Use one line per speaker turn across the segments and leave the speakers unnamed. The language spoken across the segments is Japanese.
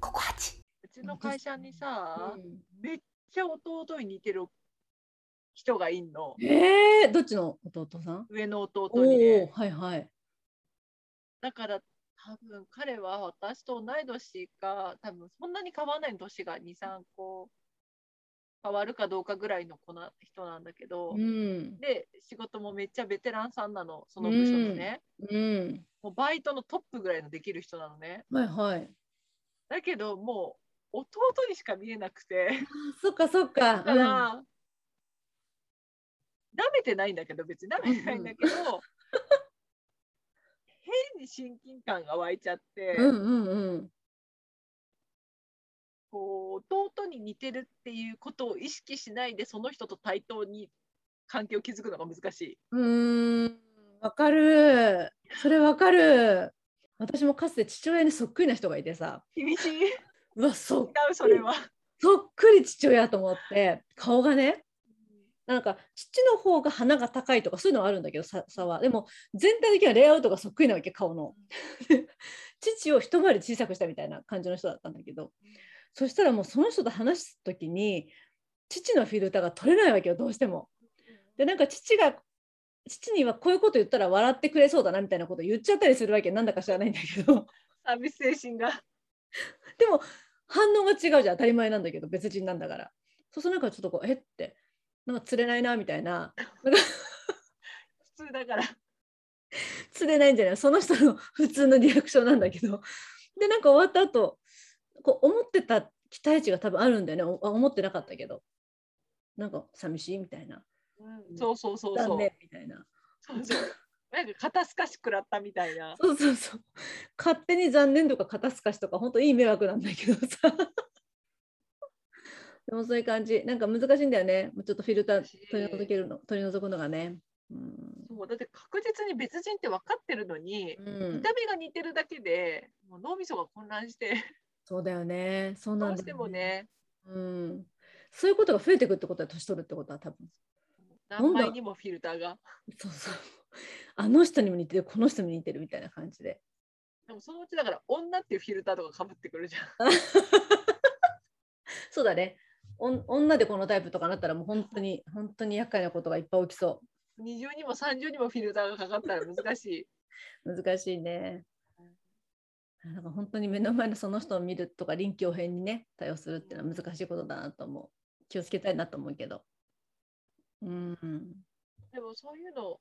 ここ八。
うちの会社にさ、
うん
めっちゃ弟に似てる人がいんの。
えー、どっちの弟さん
上の弟に
おお
ね。
はいはい。
だから多分彼は私と同い年か、多分そんなに変わらない年が2、3個変わるかどうかぐらいの子な人なんだけど、
うん。
で、仕事もめっちゃベテランさんなの、その部署のね。
うん。
もうバイトのトップぐらいのできる人なのね。
はいはい。
だけどもう弟にしか見えなくて。
あそっかそっか。
だから、舐めてないんだけど別に舐めてないんだけど、変に親近感が湧いちゃって、
うん、うんうんうん。
こう弟に似てるっていうことを意識しないでその人と対等に関係を築くのが難しい。
うーん、わかる。それわかる。私もかつて父親にそっくりな人がいてさ、
厳し い違う
うわ、そ
それは。
そっくり父親と思って、顔がね、なんか父の方が鼻が高いとかそういうのはあるんだけど、さ差は。でも、全体的にはレイアウトがそっくりなわけ、顔の。父を一回り小さくしたみたいな感じの人だったんだけど、そしたらもうその人と話す時に、父のフィルターが取れないわけよ、どうしても。でなんか父が父にはこういうこと言ったら笑ってくれそうだなみたいなこと言っちゃったりするわけなんだか知らないんだけど
サービス精神が。
でも反応が違うじゃん当たり前なんだけど別人なんだからそうするとなんかちょっとこうえってなんか釣れないなみたいな
普通だから。
釣れないんじゃないその人の普通のリアクションなんだけどでなんか終わった後こう思ってた期待値が多分あるんだよねおあ思ってなかったけどなんか寂しいみたいな
うんそうそうそうそ
残
う。
念みたいな
そうそうなんか肩透かし食らったみたい な。
そうそうそう。勝手に残念とか肩透かしとか、本当いい迷惑なんだけどさ。 でもそういう感じ。なんか難しいんだよね。もうちょっとフィルター取り除けるの、取り除くのがね。うん。
そうだって確実に別人って分かってるのに、
うん
見た目が似てるだけでもう脳みそが混乱して
そうだよね。そう
ど
なん
う
だ
して
よ
もね
うん。そういうことが増えてくってことは年取るってことは多分。
何倍にもフィルターが
そうそう。あの人にも似てる、この人にも似てるみたいな感じで。
でもそのうちだから女っていうフィルターとかかぶってくるじゃん
そうだね。おん女でこのタイプとかなったらもう本当に本当に厄介なことがいっぱい起きそ
二重にも三重にもフィルターがかかったら難しい
う難しいねなんか本当に目の前のその人を見るとか臨機応変にね対応するっていうのは難しいことだなと思う気をつけたいなと思うけどうん
でもそういうの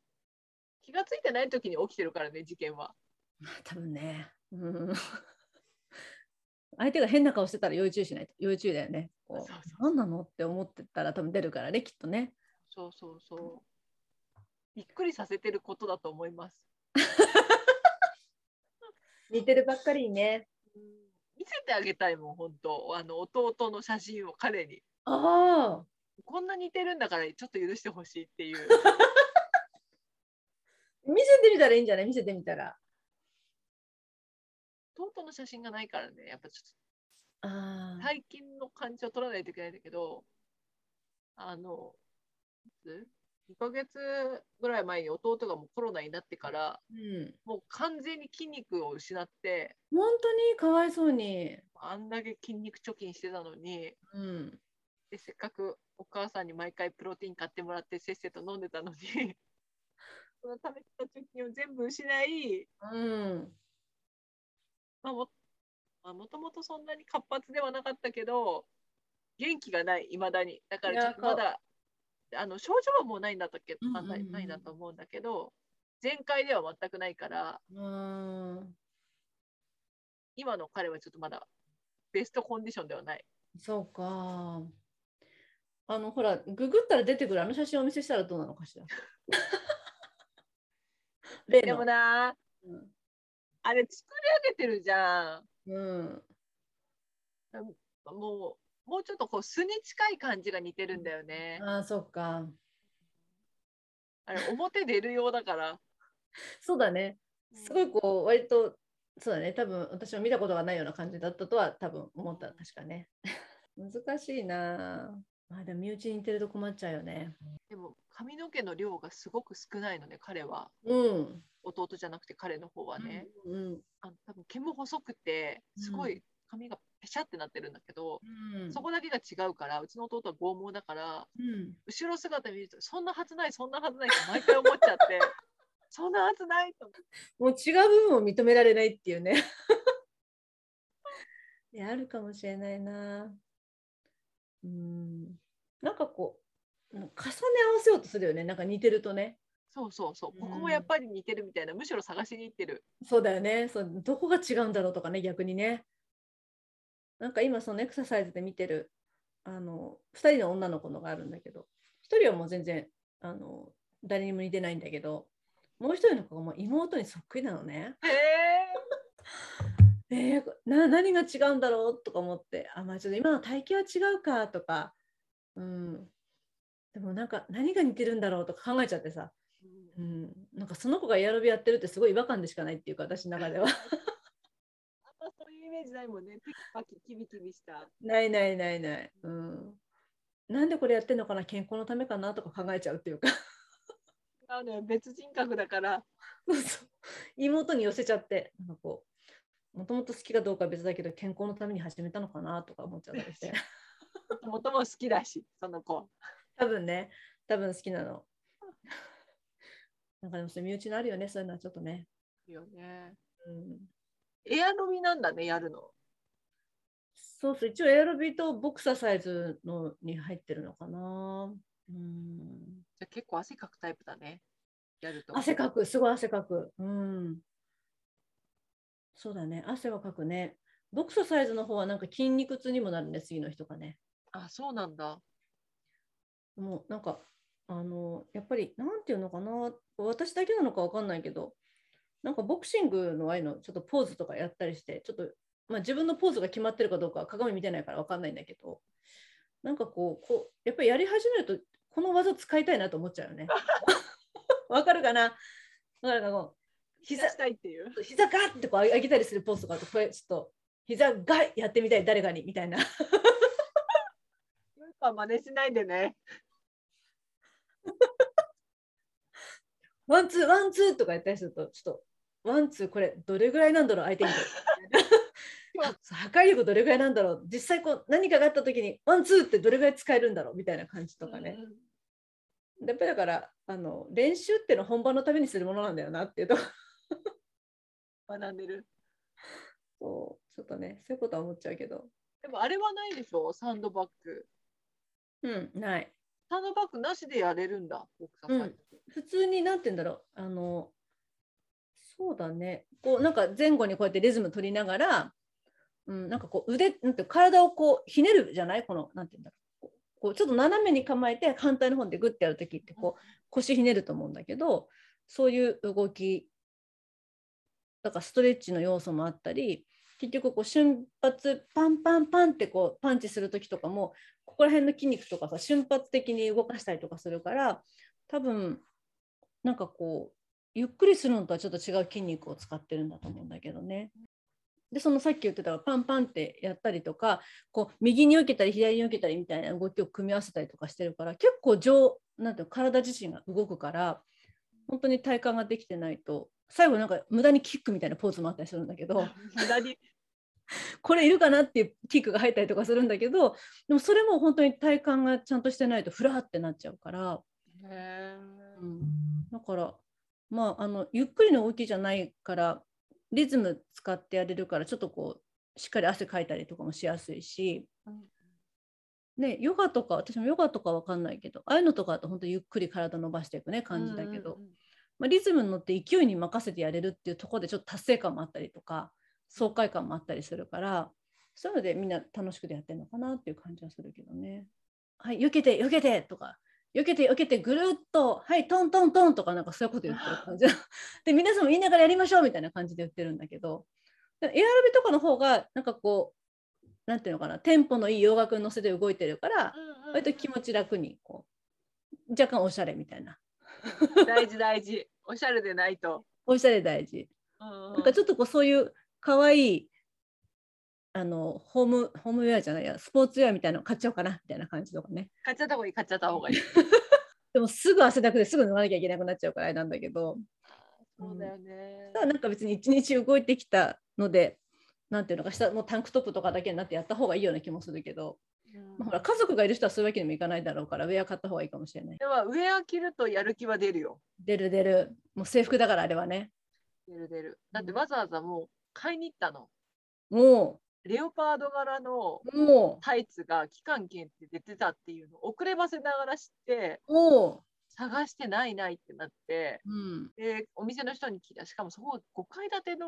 気がついてない時に起きてるからね事件は
まあ多分ねうん 相手が変な顔してたら要注意しないと要注意だよねこ
そうそう
う何なのって思ってたら多分出るからねきっとね
そうそうそうびっくりさせてることだと思います
似てるばっかりにね
見せてあげたいもん本当あの弟の写真を彼に
ああ
こんな似てるんだからちょっと許してほしいっていう
見せてみたらいいんじゃない見せてみたら
弟の写真がないからねやっぱちょっと
ああ
最近の感じを取らないといけないんだけど、あの、いつ ?2 ヶ月ぐらい前に弟がもうコロナになってから、
うん
もう完全に筋肉を失って、
本当にかわいそうに
あんだけ筋肉貯金してたのに、
うん
でせっかくお母さんに毎回プロテイン買ってもらってせっせと飲んでたのに、 そのためてた貯金を全部失い、
うん
まあもまあ、もともとそんなに活発ではなかったけど、元気がない、いまだに。だか
い
らち
や
ょっとまだ、あの症状はもうないんだったけど、
うんうん
まあ
うん
ないないんだと思うんだけど、全開では全くないから、
うん
今の彼はちょっとまだベストコンディションではない。
そうか。あのほら、ググったら出てくるあの写真をお見せしたらどうなのかしら。例
で
の
もな、
うん
あれ作り上げてるじゃん。
うん。
もう、もうちょっとこう素に近い感じが似てるんだよね。
ああ、そっか。
あれ、表出るようだから。
そうだね。すごいこう、割と、そうだね。多分私も見たことがないような感じだったとは多分思った、確かね。 難しいなあ。まあでも身内に似てると困っちゃうよね。
でも髪の毛の量がすごく少ないのね、彼は。
うん。
弟じゃなくて彼の方はね。
うん。
あの多分毛も細くてすごい髪がペペシャってなってるんだけど、
うん
そこだけが違うからうちの弟は剛毛だから
うん
後ろ姿見るとそんなはずないそんなはずないって毎回思っちゃって そんなはずないと思って
もう違う部分を認められないっていうね。 いやあるかもしれないな。うん。なんかこう、もう重ね合わせようとするよね。なんか似てるとね。
そうそうそううんここもやっぱり似てるみたいなむしろ探しに行ってる
そうだよねそう。どこが違うんだろうとかね、逆にね。なんか今、そのエクササイズで見てる、あの、2人の女の子のがあるんだけど、1人はもう全然、あの、誰にも似てないんだけど、もう1人の子がもう妹にそっくりなのね。
へ
えーな何が違うんだろうとか思ってあ、まあ、ちょっと今の体型は違うかとか、うん、でもなんか何が似てるんだろうとか考えちゃってさ、
え
うん、なんかその子がエアロビやってるってすごい違和感でしかないっていうか私の中で
あ
は
んまそういうイメージないもんねテキパキキビキビした
ないないないない、うん、なんでこれやってんのかな健康のためかなとか考えちゃうっていうか
あのよ別人格だから
そうそう妹に寄せちゃってなんかこうもともと好きかどうかは別だけど健康のために始めたのかなとか思っちゃったりして。
もとも好きだしその子
多分ね、多分好きなの。なんかでもそれ身内のあるよね、そういうのはちょっとね。
いいよね
うん、
エアロビなんだねやるの
そうそう、一応エアロビとボクササイズのに入ってるのかな。うん、
じゃあ結構汗かくタイプだねやると
汗かく、すごい汗かく。うん。そうだね、汗はかくね。ボクササイズの方はなんか筋肉痛にもなるね、次の日とかね。
あそうなんだ
もうなんかあのやっぱりなんていうのかな私だけなのかわかんないけどなんかボクシングのああいうのちょっとポーズとかやったりしてちょっと、まあ、自分のポーズが決まってるかどうかは鏡見てないからわかんないんだけどなんかこうこうやっぱりやり始めるとこの技使いたいなと思っちゃうよね。 わかるかなわかるかこう膝
膝したいっていう
膝ガッてこう上げたりするポーズとかあとこれちょっと膝ガッやってみたい誰かにみたいな。
ヨーパー真似しないでね
ワンツーワンツーとかやったりするとちょっとワンツーこれどれぐらいなんだろう相手にあ破壊力どれぐらいなんだろう実際こう何かがあった時にワンツーってどれぐらい使えるんだろうみたいな感じとかね、
うん
やっぱりだからあの練習ってのは本番のためにするものなんだよなっていうとこ
学んでる
そうちょっとねそういうことは思っちゃうけど
でもあれはないでしょサンドバッグ
うんない
サンドバッグなしでやれるんだボクサーさんって
普通になんて言うんだろうあのそうだねこうなんか前後にこうやってリズム取りながら、うん、なんかこう腕なんて体をこうひねるじゃないこのなんて言うんだろうこうこうちょっと斜めに構えて反対の方でグッてやる時ってこう腰ひねると思うんだけどそういう動きだからストレッチの要素もあったり結局こう瞬発パンパンパンってこうパンチする時とかもここら辺の筋肉とかさ瞬発的に動かしたりとかするから多分なんかこうゆっくりするのとはちょっと違う筋肉を使ってるんだと思うんだけどね。でそのさっき言ってたパンパンってやったりとかこう右に避けたり左に避けたりみたいな動きを組み合わせたりとかしてるから結構上なんていうの体自身が動くから本当に体幹ができてないと最後なんか無駄にキックみたいなポーズもあったりするんだけど。
左
これいるかなっていうキックが入ったりとかするんだけどでもそれも本当に体幹がちゃんとしてないとフラーってなっちゃうから、
へー
だからまああのゆっくりの動きじゃないからリズム使ってやれるからちょっとこうしっかり汗かいたりとかもしやすいし、
うん
ね、ヨガとか私もヨガとかわかんないけどああいうのとかだと本当ゆっくり体伸ばしていくね感じだけど、
うんうんうん
まあ、リズムに乗って勢いに任せてやれるっていうところでちょっと達成感もあったりとか爽快感もあったりするからそういうのでみんな楽しくやってるのかなっていう感じはするけどね。はい避けて避けてとか避けて避けてぐるっとはいトントントンとかなんかそういうこと言ってる感じで皆さんも言いながらやりましょうみたいな感じで言ってるんだけどだからエアロビとかの方がなんかこうなんていうのかなテンポのいい洋楽に乗せて動いてるから
うんうん
割と気持ち楽にこう若干おしゃれみたいな
大事大事おしゃれでないと、
おしゃれ大事。
うん
なんかちょっとこうそういう可愛いあのホームホームウェアじゃないやスポーツウェアみたいなの買っちゃおうかなみたいな感じとかね
買っちゃった方がいい買っちゃった方がいい
でもすぐ汗だくですぐ脱がなきゃいけなくなっちゃうからあれなんだけど
そうだよね
ただなんか別に一日動いてきたのでなんていうのか下もうタンクトップとかだけになってやった方がいいような気もするけど、
うん
まあ、ほら家族がいる人はそういうわけにもいかないだろうからウェア買った方がいいかもしれない
ではウェア着るとやる気は出るよ。
出る出るもう制服だからあれはね
出る出る。だってわざわざもう買いに行ったの。
も
レオパード柄の
うも
タイツが期間限定で出てたっていうのを遅ればせながら知って
うも
探してないないってなって
う、うん、
でお店の人に聞いたしかもそこ5階建ての5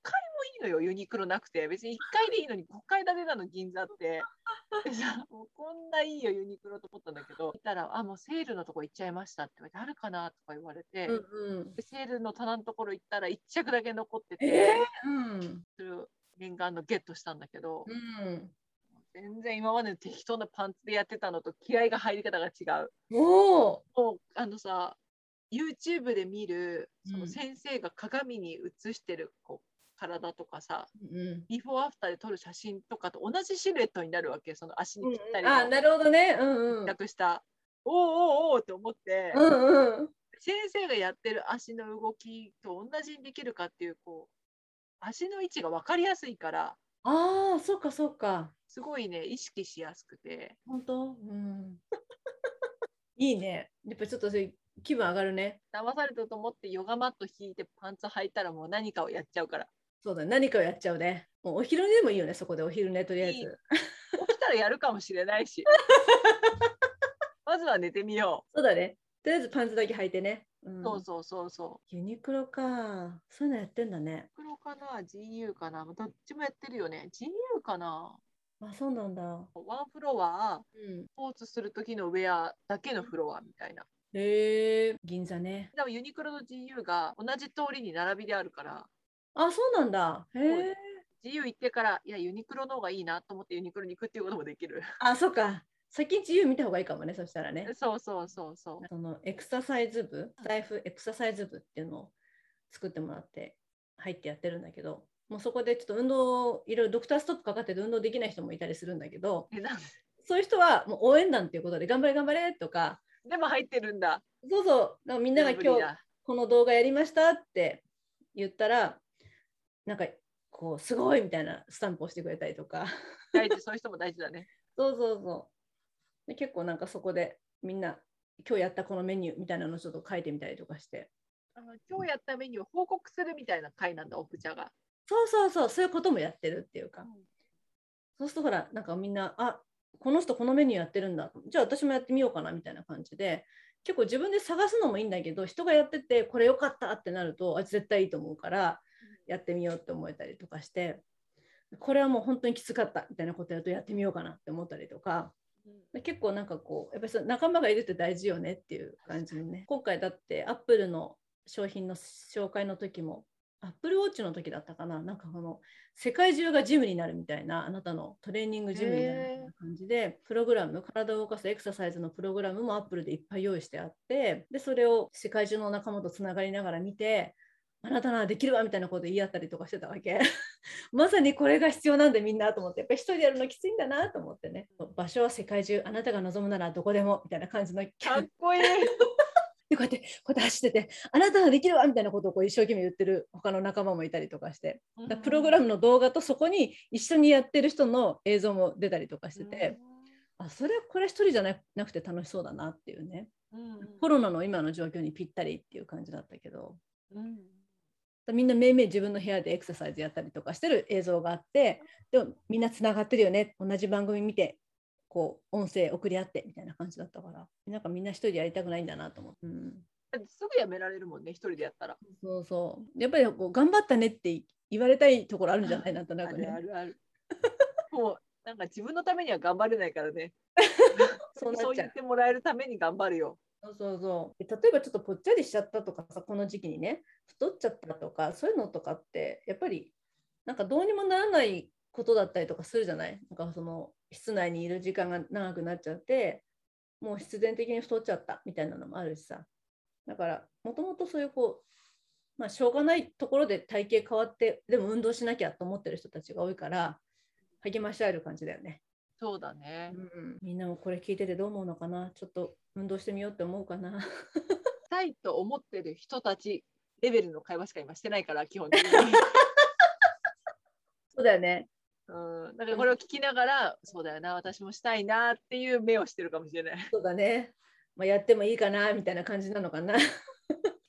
階もいいのよユニクロなくて別に1階でいいのに5階建てなの銀座ってでさもうこんないいよユニクロと思ったんだけど行ったら「あもうセールのとこ行っちゃいました」って言われて「あるかな?」とか言われて、
うんうん
でセールの棚のところ行ったら1着だけ残ってて、
えうん
それを念願のゲットしたんだけど、
うん
全然今までの適当なパンツでやってたのと気合が入り方が違う。
おお
もうあのさ YouTube で見るそ
うん
の先生が鏡に映してるこう体とかさ、
うん
ビフォーアフターで撮る写真とかと同じシルエットになるわけその足にぴったり
あ
の
なるほどねうんうん
密着した、おうおうおうって思って、
うんうん
先生がやってる足の動きと同じにできるかっていうこう足の位置が分かりやすいから
ああそうかそうか
すごいね意識しやすくて
本当うん いいねやっぱちょっとそれ気分上がるね
騙されたと思ってヨガマット引いてパンツ履いたらもう何かをやっちゃう から
そうだね何かをやっちゃうねもうお昼寝でもいいよねそこでお昼寝とりあえず
いい起きたらやるかもしれない しまずは寝てみよ
そうだねとりあえずパンツだけ履いてね、う
う、
ん
そうそうそうそう
ユニクロかそういうのやってんだね
黒かな GU かなどっちもやってるよね GU かな
あそうなんだ、う
ワンフロア
ん、
スポーツする時のウェアだけのフロアみたいな
へえ銀座ね
でもユニクロと GU が同じ通りに並びであるから
あそうなんだへ
そう
え
で GU 行ってからいやユニクロの方がいいなと思ってユニクロに行くっていうこともできる
あそうか先自由見た方がいいかもねそしたらね
そうそうそうそう
そのエクササイズ部スタイフエクササイズ部っていうのを作ってもらって入ってやってるんだけどもうそこでちょっと運動いろいろドクターストップかかってて運動できない人もいたりするんだけど
えなん
そういう人はもう応援団っていうことで頑張れ頑張れとか
でも入ってるんだ
そうそうなんかみんなが今日この動画やりましたって言ったらなんかこうすごいみたいなスタンプをしてくれたりとか
大事そういう人も大事だね
そうそうそうで結構なんかそこでみんな今日やったこのメニューみたいなのをちょっと書いてみたりとかして
あの今日やったメニューを報告するみたいな会なんだ、オプチャが。
そうそうそうそういうこともやってるっていうか、
うん
そうするとほらなんかみんなあこの人このメニューやってるんだじゃあ私もやってみようかなみたいな感じで結構自分で探すのもいいんだけど人がやっててこれよかったってなるとあ絶対いいと思うからやってみようって思えたりとかしてこれはもう本当にきつかったみたいなことやるとやってみようかなって思ったりとか。で結構なんかこうやっぱりその仲間がいるって大事よねっていう感じのね今回だってアップルの商品の紹介の時もアップルウォッチの時だったかななんかこの世界中がジムになるみたいなあなたのトレーニングジムになるみたいな感じでプログラム体を動かすエクササイズのプログラムもアップルでいっぱい用意してあってでそれを世界中の仲間とつながりながら見てあなたならできるわみたいなこと言い合ったりとかしてたわけ。 まさにこれが必要なんでみんなと思ってやっぱり一人でやるのきついんだなと思ってね場所は世界中あなたが望むならどこでもみたいな感じのキャ
か
ン
っこいい。
でこうやってこうやって走っててあなたはできるわみたいなことをこう一生懸命言ってる他の仲間もいたりとかしてだからプログラムの動画とそこに一緒にやってる人の映像も出たりとかしてて、あそれはこれは一人じゃななくて楽しそうだなっていうね
うん、うん
コロナの今の状況にぴったりっていう感じだったけど。
うん
みんなめいめい自分の部屋でエクササイズやったりとかしてる映像があってでもみんなつながってるよね同じ番組見てこう音声送り合ってみたいな感じだったからなんかみんな一人でやりたくないんだなと思って、うん、
だってすぐやめられるもんね、一人でやったら。
そうそうやっぱりこう頑張ったねって言われたいところあるんじゃないなんと
あ
なくね
るあるある。もう、なんか自分のためには頑張れないからね。
そう な
そ
っ
う
ちゃ
言っ
う
てもらえるために頑張るよ。
そうそうそうで例えばちょっとぽっちゃりしちゃったとかさこの時期にね太っちゃったとかそういうのとかってやっぱりなんかどうにもならないことだったりとかするじゃないなんかその室内にいる時間が長くなっちゃってもう必然的に太っちゃったみたいなのもあるしさだからもともとそういうこうまあしょうがないところで体型変わってでも運動しなきゃと思ってる人たちが多いから励まし合える感じだよね。
そうだね。
うん、みんなもこれ聞いててどう思うのかなちょっと運動してみようって思うかな。
したいと思ってる 人たちレベルの会話しか今してないから、基本的に。
そうだよね。
うん、だからこれを聞きながら、そうだよな、私もしたいなっていう目をしてるかもしれない。
そうだね。まあ、やってもいいかなみたいな感じなのかな。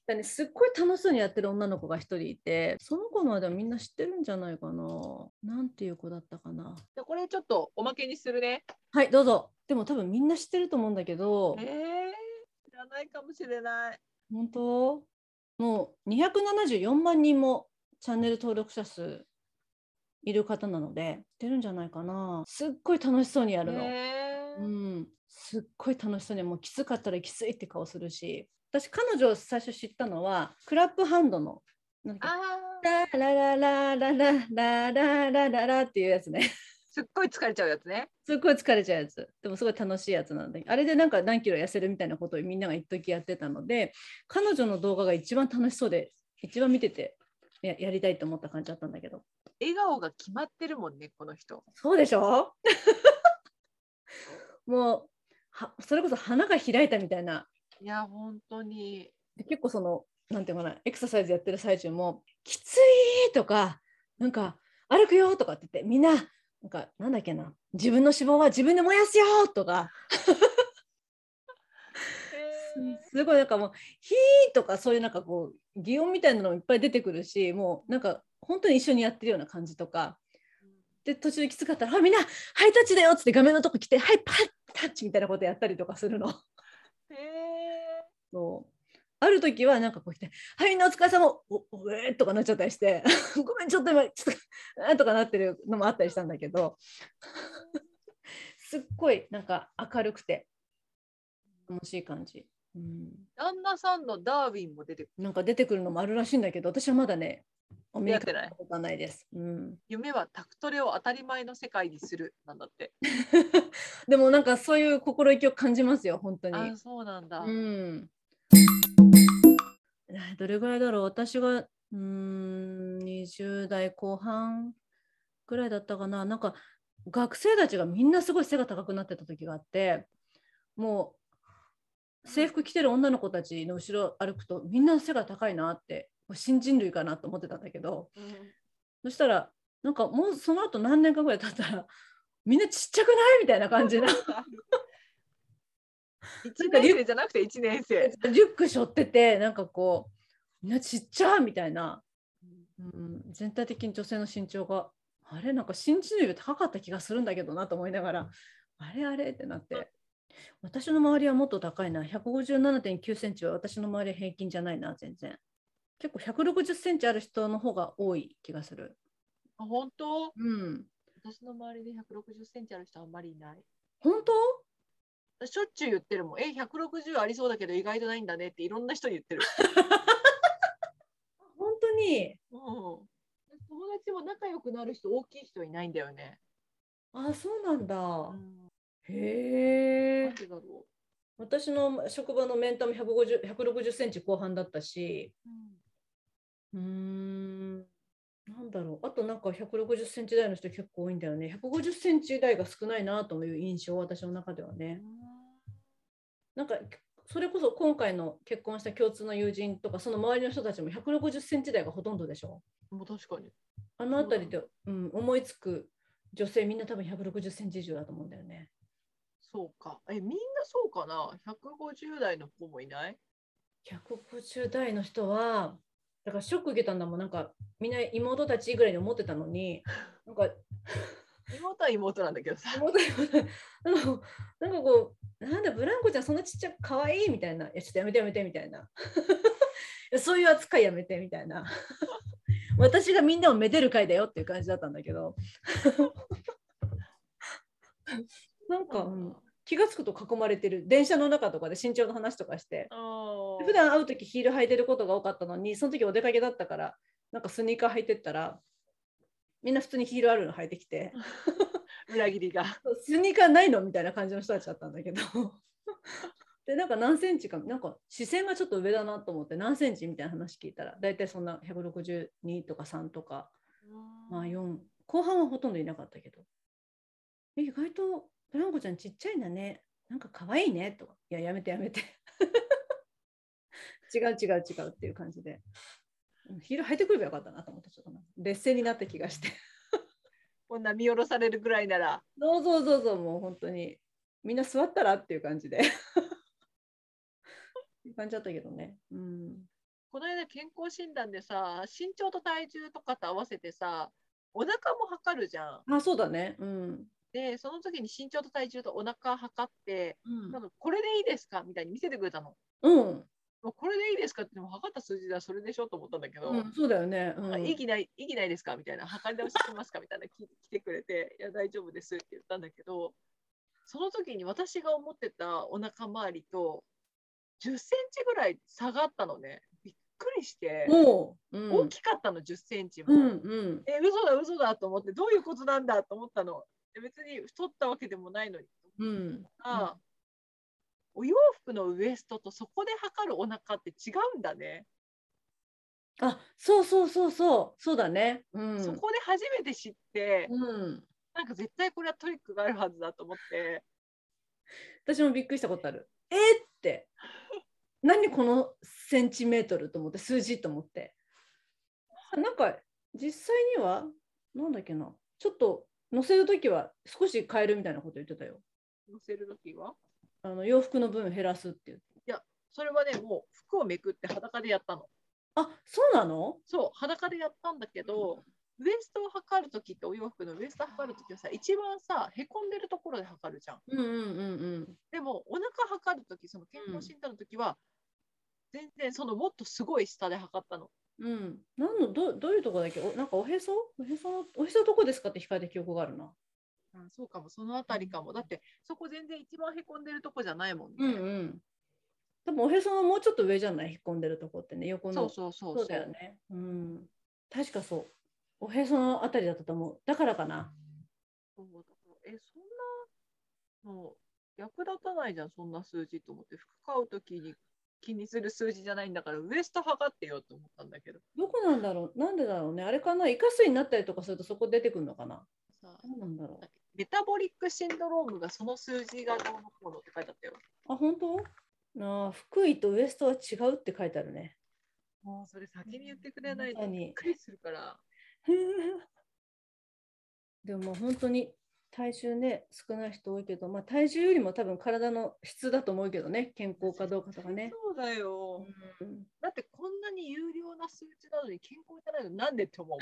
だね、すっごい楽しそうにやってる女の子が一人いてその子まではみんな知ってるんじゃないかななんていう子だったかな
でこれちょっとおまけにするね。
はいどうぞでも多分みんな知ってると思うんだけど
えー、知らないかもしれない。
本当もう274万人もチャンネル登録者数いる方なので出るんじゃないかなすっごい楽しそうにやるの、
え
う
ー
ん、すっごい楽しそうにもうきつかったらきついって顔するし私彼女を最初知ったのはクラップハンドのなんだっ
あ
け
ー
ラララララララララララっていうやつね
すっごい疲れちゃうやつね。
すっごい疲れちゃうやつでもすごい楽しいやつなんだけどあれでなんか何キロ痩せるみたいなことをみんなが一時やってたので彼女の動画が一番楽しそうで一番見ててややりたいと思った感じだったんだけど
笑顔が決まってるもんね、この人。
そうでしょ もうはそれこそ花が開いたみたいない
や、本当に。
で結構そのなんていうのかなエクササイズやってる最中も「きつい!」とか「なんか歩くよ!」とかって言ってみんななんかなんだっけな自分の脂肪は自分で燃やすよとかすすごいなんかもう「ひー!」とかそういうなんかこう擬音みたいなのもいっぱい出てくるしもうなんか本当に一緒にやってるような感じとかで途中できつかったら「あみんなハイタッチだよ!」っつって画面のとこ来て「はいパッタッチ!」みたいなことやったりとかするの。
えーえ
そうある時はなんかこう来て「はいみんなお疲れ様おおえー」とかなっちゃったりして 「ごめんちょっと今ちょっとうん」とかなってるのもあったりしたんだけどすっごいなんか明るくて楽しい感じ、うん、
ー旦那さんのダーウィンも出てくる。
なんか出てくるのもあるらしいんだけど私はまだねお目
出会
に
ってない
かかった。ことはないです、うん、
夢はタクトレを当たり前の世界にする。なんだって。
でもなんかそういう心意気を感じますよ本当に
あ、そうなんだ。
うん。えどれぐらいだろう私がうーん20代後半ぐらいだったかななんか学生たちがみんなすごい背が高くなってた時があってもう制服着てる女の子たちの後ろ歩くとみんな背が高いなってもう新人類かなと思ってたんだけど
うん
そしたらなんかもうその後何年かぐらい経ったらみんなちっちゃくないみたいな感じの
一年生じゃなくて一年生。
リュック背負っててなんかこうみんなちっちゃみたいな、うん、全体的に女性の身長があれなんか新人類より高かった気がするんだけどなと思いながらあれあれってなって私の周りはもっと高いな157.9センチは私の周りは平均じゃないな全然結構160センチある人の方が多い気がする
あ本当
うん
私の周りで160センチある人あんまりいない。
本当
しょっちゅう言ってるもん。え、160ありそうだけど意外とないんだねっていろんな人に言って る。
本当に
うん、友達も仲良くなる人大きい人いないんだよね。
あそうなんだ、
うん、
へ
な
え
んでだろ
私の職場のメンターも150 160センチ後半だったし、
う。
うーん、なんだろう、あとなんか160センチ台の人結構多いんだよね。150センチ台が少ないなという印象、私の中では
う
ね。
ん
なんか、それこそ今回の結婚した共通の友人とか、その周りの人たちも160センチ台がほとんどでしょ。
もう確かに。
あのあたりで、うん、思いつく女性、みんな多分160センチ以上だと思うんだよね。
そうか。え、みんなそうかな ?150 代の子もいない
150代の人はだからショック受けたんだもんなんかみんな妹たちぐらいに思ってたのになんか
妹は妹なんだけどさ。
妹なんかこうなんかこうなんだブランコちゃんそんなちっちゃく可愛いみたいないやちょっとやめてやめてみたいな いやそういう扱いやめてみたいな 私がみんなをめでる会だよっていう感じだったんだけど なんか、うん気が付くと囲まれてる電車の中とかで身長の話とかして
ああ。
普段会う時ヒール履いてることが多かったのにその時お出かけだったからなんかスニーカー履いてったらみんな普通にヒールあるの履いてきて
裏切りが。
スニーカーないのみたいな感じの人たちだったんだけど でなんか何センチかなんか視線がちょっと上だなと思って何センチみたいな話聞いたら大体そんな162とか3とか、まあ、4後半はほとんどいなかったけどえ意外とブランコちゃんちっちゃいんだねなんか可愛いねとかいややめてやめて 違う違う違うっていう感じでうんヒール履いてくればよかったなと思ってちょっとなんか劣勢になった気がして
こんな見下ろされるぐらいなら
そうそうそうそうもう本当にみんな座ったらっていう感じで っていう感じだったけどねうん
この間健康診断でさ身長と体重とかと合わせてさお腹も測るじゃん。
あそうだねうん、
でその時に身長と体重とお腹測って
うん
なんかこれでいいですかみたいに見せてくれたの。
うん
もうこれでいいですかってでも測った数字ではそれでしょと思ったんだけど、
そうだよね、うん
あ意義ない意義ないですかみたいな測り直ししますかみたいな聞いて来てくれていや大丈夫ですって言ったんだけどその時に私が思ってたお腹周りと10センチぐらい下があったのねびっくりして、
おう、うん、
大きかったの10センチも、
うんうん
え嘘だ嘘だと思ってどういうことなんだと思ったので別に太ったわけでもないのに
うん
あ、お洋服のウエストとそこで測るお腹って違うんだね、
あそうそうそうそうそうだねうん
そこで初めて知って、
うん
なんか絶対これはトリックがあるはずだと思って
私もびっくりしたことあるえー、 って何このセンチメートルと思って数字と思ってなんか実際にはなんだっけなちょっと載せる時は少し変えるみたいなこと言ってたよ
乗せる時は
あの洋服の分減らすっていう
それはねもう服をめくって裸でやったの
あそうなの
そう裸でやったんだけど、ウエストを測る時ってお洋服のウエスト測る時はさ一番さへこんでるところで測るじゃん
うんうんうん
でもお腹測る時その健康診断の時は、全然そのもっとすごい下で測ったの
うんうん何のどどういうとこだっけおなんかおへそおへそのおへそどこですかって聞かれた記憶があるな
あそうかもそのあたりかもだってそこ全然一番へこんでるとこじゃないもんね、
うんうん。多分おへそのもうちょっと上じゃない引っ込んでるとこってね横の
そうそうそう
そうだよね。うん。確かそう。おへそのあたりだったと思う。だからかな。
そうだからえ、そんなの役立たないじゃん、そんな数字と思って、服買うときに気にする数字じゃないんだから、ウエスト測ってよと思ったんだけど。
どこなんだろう。なんでだろうね。あれかな。イカ水になったりとかするとそこ出てくるのかな。
さ
どうなんだろ
あメタボリックシンドロームがその数字がどうのこうのって書いてあったよ。
う。あ本当？なあ福井とウエストは違うって書いてあ るね。
もうそれ先に言ってくれないと
本当に
びっくりするから。
でも本当に体重ね少ない人多いけど、まあ、体重よりも多分体の質だと思うけどね健康かどうかとかね。
そうだよ。
うん
だってこんなに有料な数値なのに健康じゃないのなんでって思う。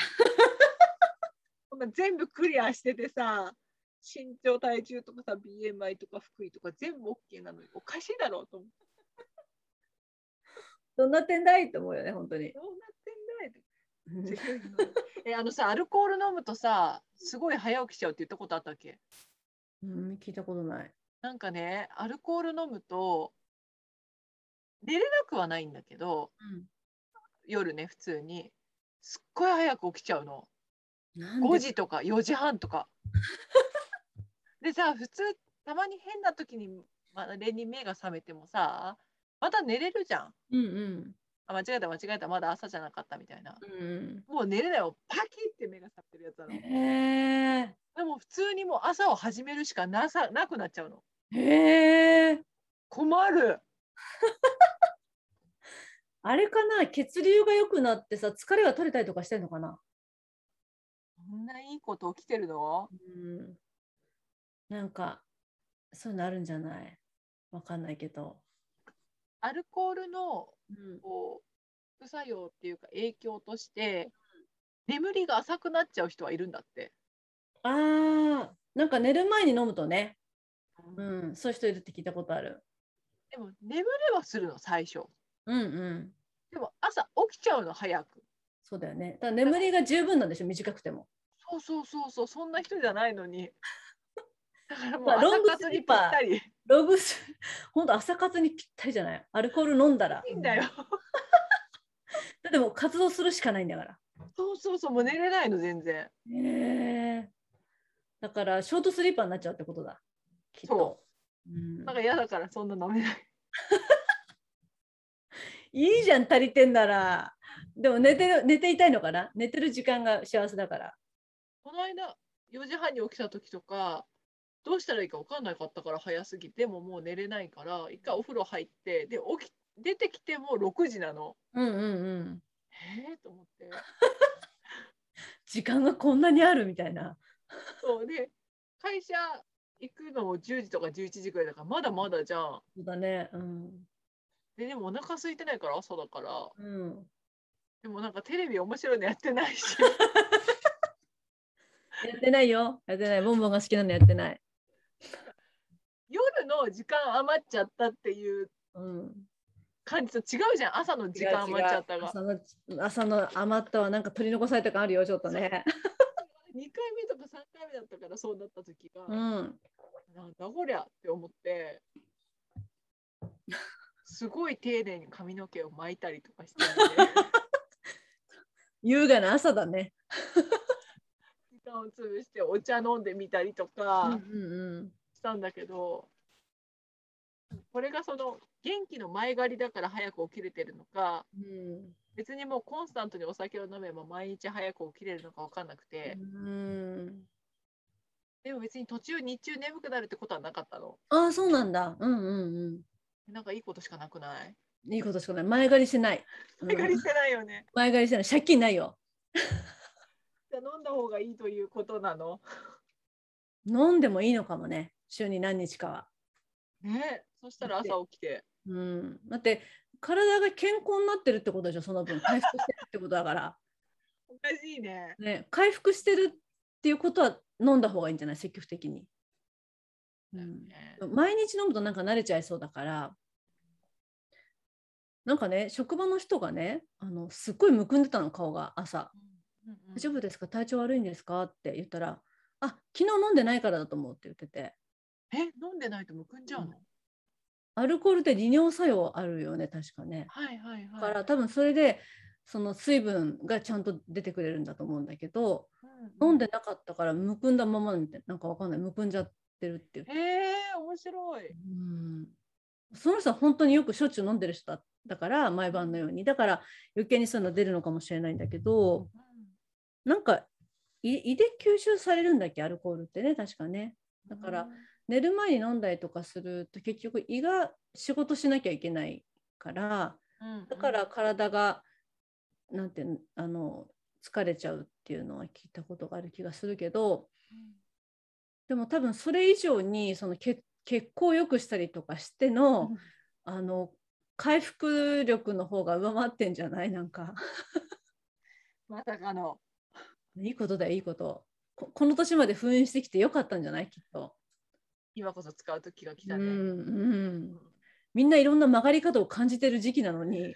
こんな全部クリアしててさ、身長、体重とかさ、BMI とか福井とか全部 OK なのにおかしいだろうと思う。
どんな点だいと思うよね、本当に。
どうなってんだいって。え、あのさ、アルコール飲むとさ、すごい早起きしちゃうって言ったことあったっけ
うん、聞いたことない。
なんかね、アルコール飲むと、寝れなくはないんだけど、夜ね、普通に。すっごい早く起きちゃうの。
なんで
5時とか4時半とか。 でさ普通たまに変な時にまあれに目が覚めてもさまた寝れるじゃん。
うんうん。
あ間違えた間違えたまだ朝じゃなかったみたいな。
うん
もう寝れないよパキって目が覚めてるやつだ
うん、
ろ。
へ
でも普通にもう朝を始めるしかなさなくなっちゃうの。
え。へえ。
困る。
あれかな、血流が良くなってさ、疲れが取れたりとかしてるのかな。
こんないいこと起きてるの
うん。なんか、そういうのあるんじゃないわかんないけど。
アルコールの
うん、
こう副作用っていうか影響として眠りが浅くなっちゃう人はいるんだって。
ああ、なんか寝る前に飲むとね、うん、そういう人いるって聞いたことある。
でも眠れはするの最初。
うんうん。
でも朝起きちゃうの早く。
そうだよね。だから眠りが十分なんでしょ、短くても。
そうそうそうそうそんな人じゃないの に。だからもう
まあロング
朝活にぴったり。
ログス、 本当朝活にぴったりじゃないアルコール飲んだら。
いいんだよ。
だってもう活動するしかないんだから。
そうそうそうもう寝れないの全然。
へえ。だからショートスリーパーになっちゃうってことだ。きっと
そ。
うん
なんか嫌だからそんな飲めない。
いいじゃん、足りてんなら。でも寝てる寝ていたいのかな寝てる時間が幸せだから。
この間4時半に起きた時とかどうしたらいいか分かんなかったから早すぎてももう寝れないから一回お風呂入ってで起き出てきても6時なの。
うんうんうん。
えー、と思って。
時間がこんなにあるみたいな。
そうで会社行くのも10時とか11時ぐらいだからまだまだじゃん。
そうだね。うん。
ででもお腹空いてないから朝だから
うん。
でもなんかテレビ面白いのやってない し
やってないよ。やってない。ボンボンが好きなのやってない。
夜の時間余っちゃったっていう
うん。
感じと違うじゃん朝の時間余っちゃったが。
朝の朝の余ったはなんか取り残された感あるよちょっとね。
2回目とか3回目だったからそうなった時が、
うん。
なんだこりゃって思ってすごい丁寧に髪の毛を巻いたりとかしてて
優雅な朝だね。
時間を潰してお茶飲んでみたりとか。
うんうん
したんだけどこれがその元気の前借りだから早く起きれてるのか
うん。
別にもうコンスタントにお酒を飲めば毎日早く起きれるのか分かんなくて
うん。
でも別に途中日中眠くなるってことはなかったの
ああそうなんだ。うんうん
なんかいいことしかなくない
うん。いいことしかない。前借りしてない。うん
前借りしてないよね
前借りしてない。借金ないよ。
じゃあ飲んだ方がいいということなの
飲んでもいいのかもね。週に何日かは。
ねそしたら朝起きて
うん。だって体が健康になってるってことでしょ。その分回復してるってことだから。
おかしいね
ね回復してるっていうことは飲んだ方がいいんじゃない積極的に。
だ
う
よ
ん
ね
毎日飲むとなんか慣れちゃいそうだからなんかね職場の人がねあのすっごいむくんでたの顔が朝
うんうん
「大丈夫ですか体調悪いんですか?」って言ったら「あ昨日飲んでないからだと思う」って言ってて
え飲んでないとむくんじゃうの、
うんアルコールって利尿作用あるよね確かね
はいはい
だ
はい
から多分それでその水分がちゃんと出てくれるんだと思うんだけど
う
飲んでなかったからむくんだままみたいななんかわかんないむくんじゃってるっていう
へえ面白い
うんその人は本当によくしょっちゅう飲んでる人だだから毎晩のようにだから余計にそういうの出るのかもしれないんだけどなんかい胃で吸収されるんだっけアルコールってね確かねだから寝る前に飲んだりとかすると結局胃が仕事しなきゃいけないから
うん
だから体がなんていうのあの疲れちゃうっていうのは聞いたことがある気がするけどでも多分それ以上にその血血行を良くしたりとかしての、
うん
あの回復力の方が上回ってんじゃないなんか
まさかの
いいことだよいいことここの年まで封印してきてよかったんじゃないきっと、
今こそ使う時が来
う
た
ん
ね、
うん、みんないろんな曲がり方を感じてる時期な のに、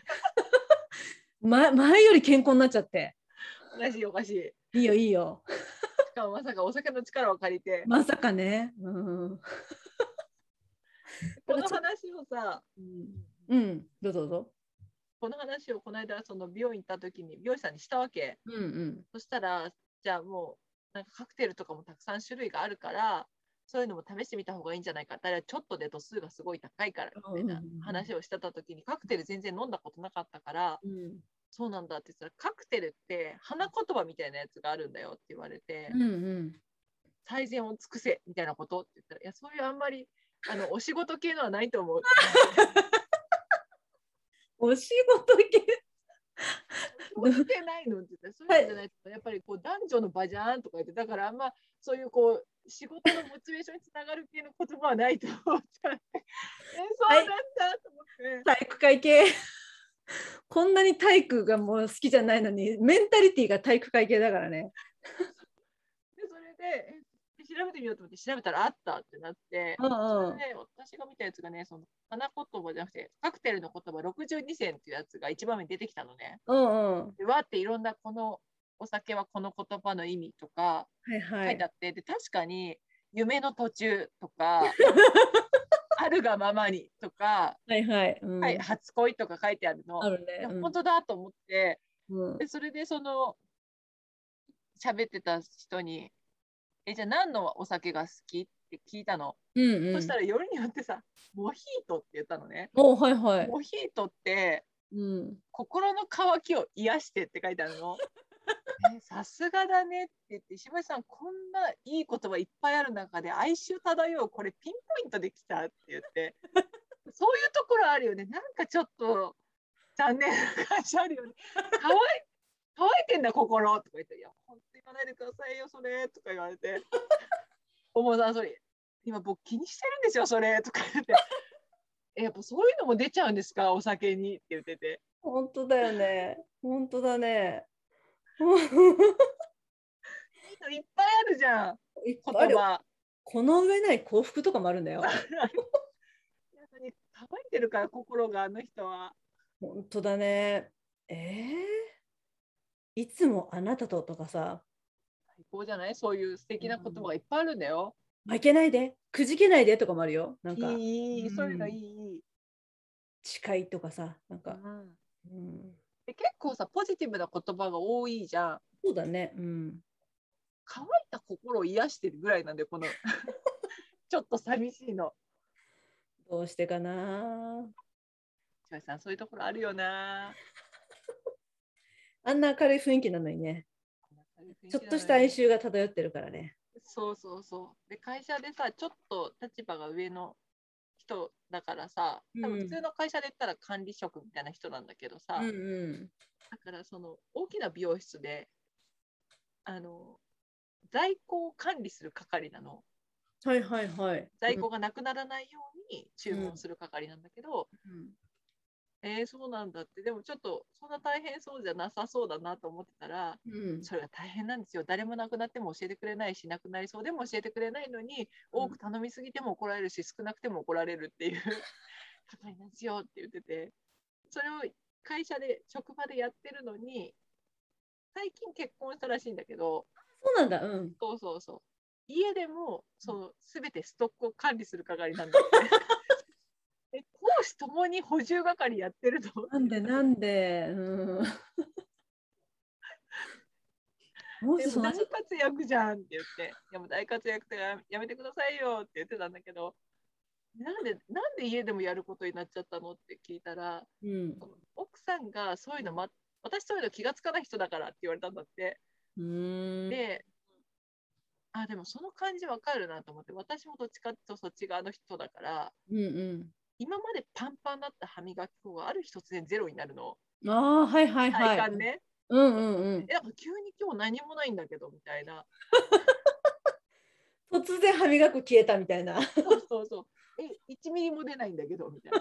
ま、前より健康になっちゃって
おかしいおかしいし
いいよいいよ
かもまさかお酒の力を借りて、
まさかねうん、
この話をさ
うん、どうぞどうぞ
この話をこの間その美容院行った時に美容師さんにしたわけ
うんうん
そしたらじゃあもうなんかカクテルとかもたくさん種類があるからそういうのも試してみた方がいいんじゃないかだからちょっとで度数がすごい高いからみたいな
うんうんうん
話をしてた時にカクテル全然飲んだことなかったから
うん
そうなんだって言ったらカクテルって花言葉みたいなやつがあるんだよって言われて、
うんうん
最善を尽くせみたいなことって言ったら、いや、そういうあんまりあのお仕事系のはないと思う。
お仕事系
お仕事系ないのって言ったら、そういうのじゃないと、やっぱりこう男女の場じゃんとか言って、だからあんまそういうこう仕事のモチベーションにつながる系の言葉はないと思ったら、え、そうなんだと思って、
体育会系こんなに体育がもう好きじゃないのにメンタリティーが体育会系だからね
でそれでえ調べてみようと思って調べたらあったってなって。
うん
それで私が見たやつがね、その花言葉じゃなくて、カクテルの言葉62選っていうやつが一番目に出てきたのね。
うんうん
でわーっていろんなこのお酒はこの言葉の意味とか
はいは
書い
い
てあって、で確かに夢の途中と かあるがままにとか、
はいはい、うん
はい、初恋とか書いてあるの、
ある
い
ね
や、
うん
本当だと思って
うん
でそれでその喋ってた人に「えじゃあ何のお酒が好き?」って聞いたの、
うんう
そ
ん
したらよりによってさ「モヒート」って言ったのね。
おはいはい、
モヒートって
うん、
心の渇きを癒してって書いてある の。えさすがだねって言って石橋さんこんないい言葉いっぱいある中で哀愁漂うこれピンポイントできたって言 ってそういうところあるよねなんかちょっと残念な感じあるよね乾い 乾いてんだ心とか言って「いや本当言わないでくださいよそれ」とか言われてお坊さんそれ今僕気にしてるんですよそれとか言ってえやっぱそういうのも出ちゃうんですかお酒にって言ってて
本当だよね。本当だね。
いっぱいあるじゃん
いっ
言
ぱいあるよ
葉
この上ない幸福とかもあるんだ よ。
やっぱり乾いてるから心があの人は
本当だね。えーいつもあなたととかさ、
最高じゃないそういう素敵な言葉がいっぱいあるんだよ、
負けないで、くじけないでとかもあるよ。なんか、
いいいい
うん
そういうのいいいい、
誓いとかさ、なん
う
か、
ん
うん、
で結構さポジティブな言葉が多いじゃん
そうだね。うん。
乾いた心を癒してるぐらいなんでこ のちょっと寂しいの
どうしてかな。
千葉さんそういうところあるよな
あんな明るい雰囲気なのにね、ちょっとした哀愁が漂ってるからね。
そうそうそう。で会社でさちょっと立場が上の人だからさ多
うん
分普通の会社で言ったら管理職みたいな人なんだけどさ、だ
うんうん。
からその大きな美容室であの在庫を管理する係なの
はいはいはい。
在庫がなくならないように注文する係なんだけど、
うん
えーそうなんだってでもちょっとそんな大変そうじゃなさそうだなと思ってたら
うん
それが大変なんですよ。誰も亡くなっても教えてくれないし、亡くなりそうでも教えてくれないのに、多く頼みすぎても怒られるし、少なくても怒られるって いう 係なんですよって言ってて、それを会社で、職場でやってるのに、最近結婚したらしいんだけど、
そうなんだ。うん。
そうそうそう。家でも、その、すべてストックを管理する係なんだ って。で公私ともに補充係やってるの。
なんでなんで、うん。も
で
し
も
その
大活躍じゃんって言って、いやもう大活躍ってややめてくださいよって言ってたんだけど、なんでなんで家でもやることになっちゃったのって聞いたら、
うん
その奥さんがそういうの、ま、私そういうの気がつかない人だからって言われたんだって。
うーん、
で、あ、でもその感じわかるなと思って、私もどっちかっていうとそっち側の人だから、
うんう
今までパンパンだった歯磨き粉がある日突然ゼロになるの。
ん。ああ、はいはいは
体
い。
感ね。
うんうんうん。
え、なんか急に今日何もないんだけどみたいな。
突然歯磨く消えたみたいな。
そうそうそう。え、1ミリも出ないんだけど、みたいな。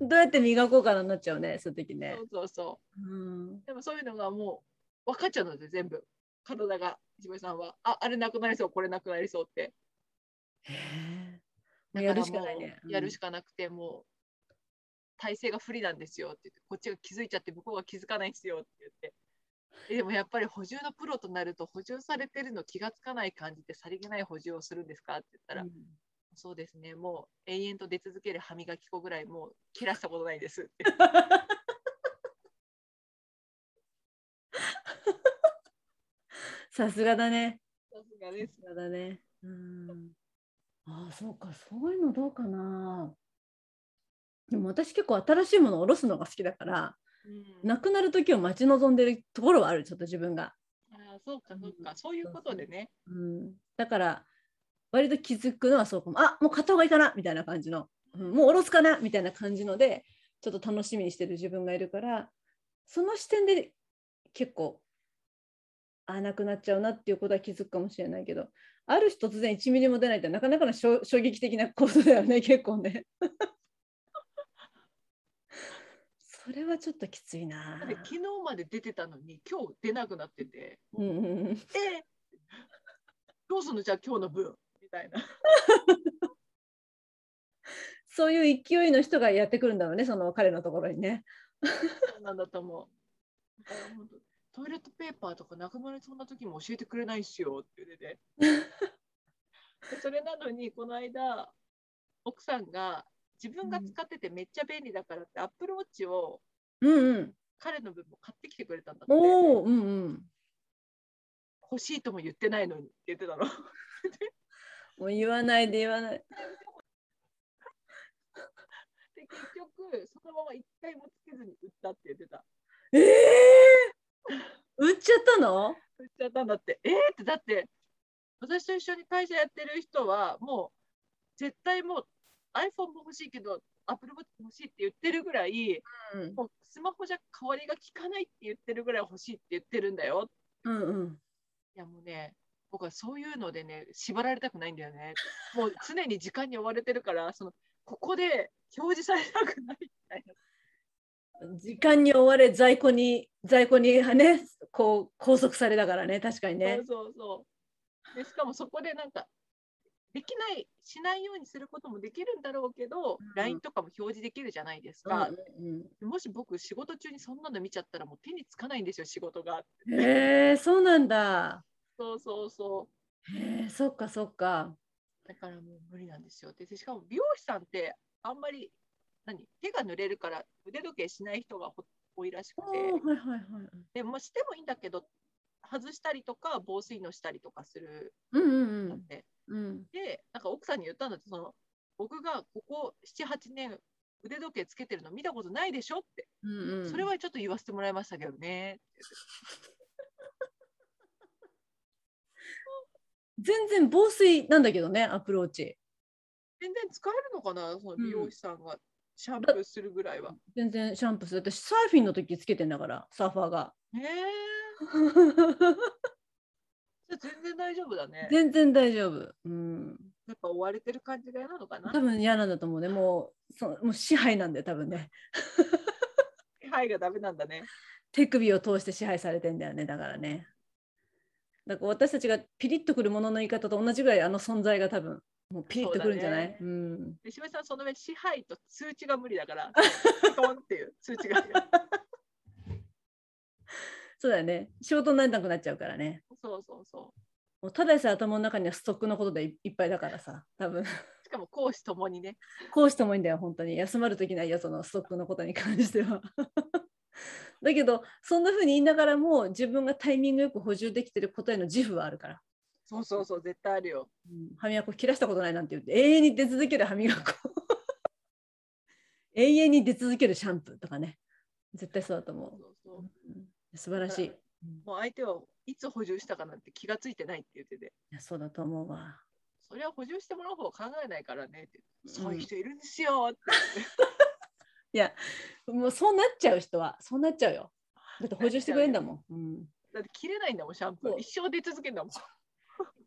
どうやって磨こうかなになっちゃうね、そういう時ね
そ。うそうそ
うん。
う。でもそういうのがもう分かっちゃうので、全部。体が、石森さんは、あ、あれなくなりそう、これなくなりそうって。
へえも
だか
うや
らも
る
う
しかないね。
やるしかなくて、もう、体勢が不利なんですよって言って、こっちが気づいちゃって、向こうが気づかないんですよって言って。えでもやっぱり補充のプロとなると補充されてるの気がつかない感じでさりげない補充をするんですかって言ったら、
うん
そうですねもう永遠と出続ける歯磨き粉ぐらいもう切らしたことないですって
さすがだね。
さすがです
さすがだね。うん。ああ、そうか、そういうのどうかな。でも私結構新しいものを下ろすのが好きだから、
うん
なくなる時を待ち望んでるところはある、ちょっと自分が。
ああ、そうか、そう
う
か、
ん
そういうことでね。
うん、だから、割と気づくのはそうかも。あもう買った方がいいかなみたいな感じの、うん、もう下ろすかなみたいな感じので、ちょっと楽しみにしてる自分がいるから、その視点で結構、あなくなっちゃうなっていうことは気づくかもしれないけど、ある日突然1ミリも出ないってなかなかの衝衝撃的なことだよね、結構ね。 それはちょっときついな
だっ。て昨日まで出てたのに、今日出なくなってて。
うんうんうん
えーどうすんの、じゃあ、今日の分みたいな。
そういう勢いの人がやってくるんだろうね、その彼のところにね。
そうなんだと思う。だから本当トイレットペーパーとかなくなりそうな時も教えてくれないっすよって言って て。でそれなのに、この間、奥さんが自分が使っててめっちゃ便利だからって、アップルウォッチを
うんうん。
彼の分も買ってきてくれたんだって。
おお、うんうん。
欲しいとも言ってないのにって言ってたの。
もう言わないで言わない。
で結局そのまま一回もつけずに売ったって言ってた
ええ売っちゃったの？
売っちゃったんだってえー、ってだって私と一緒に会社やってる人はもう絶対もう iPhone も欲しいけど Apple Watch も欲しいって言ってるぐらい
うん
もうスマホじゃ代わりが効かないって言ってるぐらい欲しいって言ってるんだよ
うんうん。
いやもうね、僕はそういうのでね、縛られたくないんだよね。もう常に時間に追われてるから、そのここで表示されたくないみたいな。
時間に追われ在庫に在庫にねこう拘束されたからね確かにね
そうそうそう。でしかもそこでなんか、できない、しないようにすることもできるんだろうけど、
うん
LINE とかも表示できるじゃないですか。
うん
もし僕、仕事中にそんなの見ちゃったら、もう手につかないんですよ、仕事が。
うんへえそうなんだ
そうそうそう。
へえそっかそっか
だからもう無理なんですよ。で、しかも美容師さんってあんまり何手が濡れるから腕時計しない人がほ多いらしく
お
て、
ーはいはいはい
でもしてもいいんだけど、外したりとか防水のしたりとかする
うんう
ん
んう
だっ
ん
て、
うん
で、なんか奥さんに言ったんだって、その僕がここ7、8年腕時計つけてるの見たことないでしょって、
うんうん
それはちょっと言わせてもらいましたけどね。
全然防水なんだけどねアプローチ
全然使えるのかな、その
うん
美容師さんがシャンプーするぐらいは。
全然シャンプーする私サーフィンの時つけてんだからサーファーが
ねえ、 じゃあ全然大丈夫だね。
全然大丈夫うん
やっぱ追われてる感じが嫌なのかな
多分嫌なんだと思うねもうそもう支配なんだよ多分ね
はいがダメなんだね。
手首を通して支配されてんだよねだからねだから私たちがピリッとくるものの言い方と同じぐらいあの存在が多分もうピリッとくるんじゃない,、
そううだ
ん
で、渋谷さん、その上、支配と通知が無理だ から、ドンっていう通知が。
そうだよね仕事にならなくなっちゃうからね
そうそうそ
もうただでさえ頭の中にはストックのことでいいっぱいだからさ多分
う。しかも講師ともにね、
講師ともいいんだよ本当に休まる時ないよそのストックのことに関しては だけどそんな風に言いながらも自分がタイミングよく補充できてることへの自負はあるから
そうそうそう、絶対あるよ。
うん歯磨きを切らしたことないなんて言って永遠に出続ける歯磨き粉永遠に出続けるシャンプーとかね絶対そうだと
そう
思
そう
う、、
そううん
素晴らしい,、
だか
うんい
もう相手はいつ補充したかなんて気がついてないって言ってて、
やそうだと思うわ
それは補充してもらう方は考えないからねって、
うん
そういう人いるんですよって。
いやもうそうなっちゃう人はそうなっちゃうよだって補充してくれるんだ もん、うん、
だって切れないんだもん、シャンプ
そ
ー。
う
一生出続けるんだもん。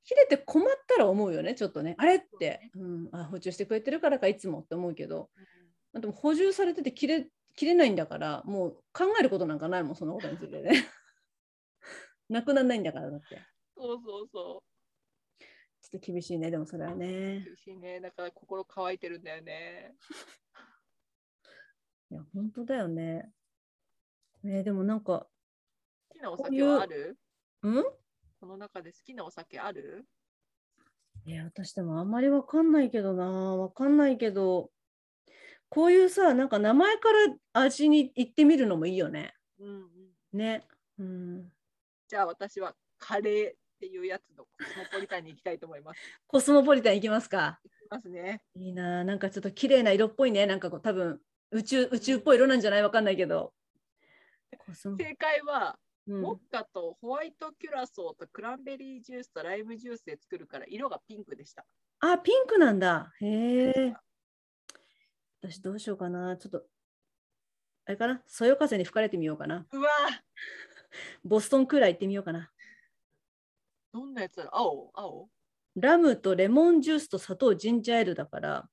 切れて困ったら思うよねちょっとねあれって、うん、あ補充してくれてるからかいつもって思うけどでも補充されてて切れ切れないんだからもう考えることなんかないもんそんなことについてね なくならないんだからだって
そうそうそ
ちょっと厳しいね、でもそれは
う。
ね。
厳しいね。だから心乾いてるんだよね。
いや、本当だよね。えーでもなん
好
か、
きなお
こうい
酒
う
はある
うん
この中で好きなお酒ある
いや、私でもあんまりわかんないけどな、わかんないけど、こういうさ、なんか名前から味に行ってみるのもいいよね。
うんうん、
ね。うん。
じゃあ私はカレーっていうやつのコスモポリタンに行きたいと思います。
コスモポリタン行きますか。
行きますね。
いいな、なんかちょっと綺麗な色っぽいね。なんかこう、多分宇宙宇宙っぽい色なんじゃないわかんないけど。コスモ、
正解は、
う
ウ
ん、
ォッカとホワイトキュラソーとクランベリージュースとライムジュースで作るから色がピンクでした。
あ、ピンクなんだ。へえ。私どうしようかな。ちょっと、あれかな。そよ風に吹かれてみようかな。
うわー
ボストンクーラー行ってみようかな。
どんなやつだろう青青
ラムとレモンジュースと砂糖ジンジャーエールだから、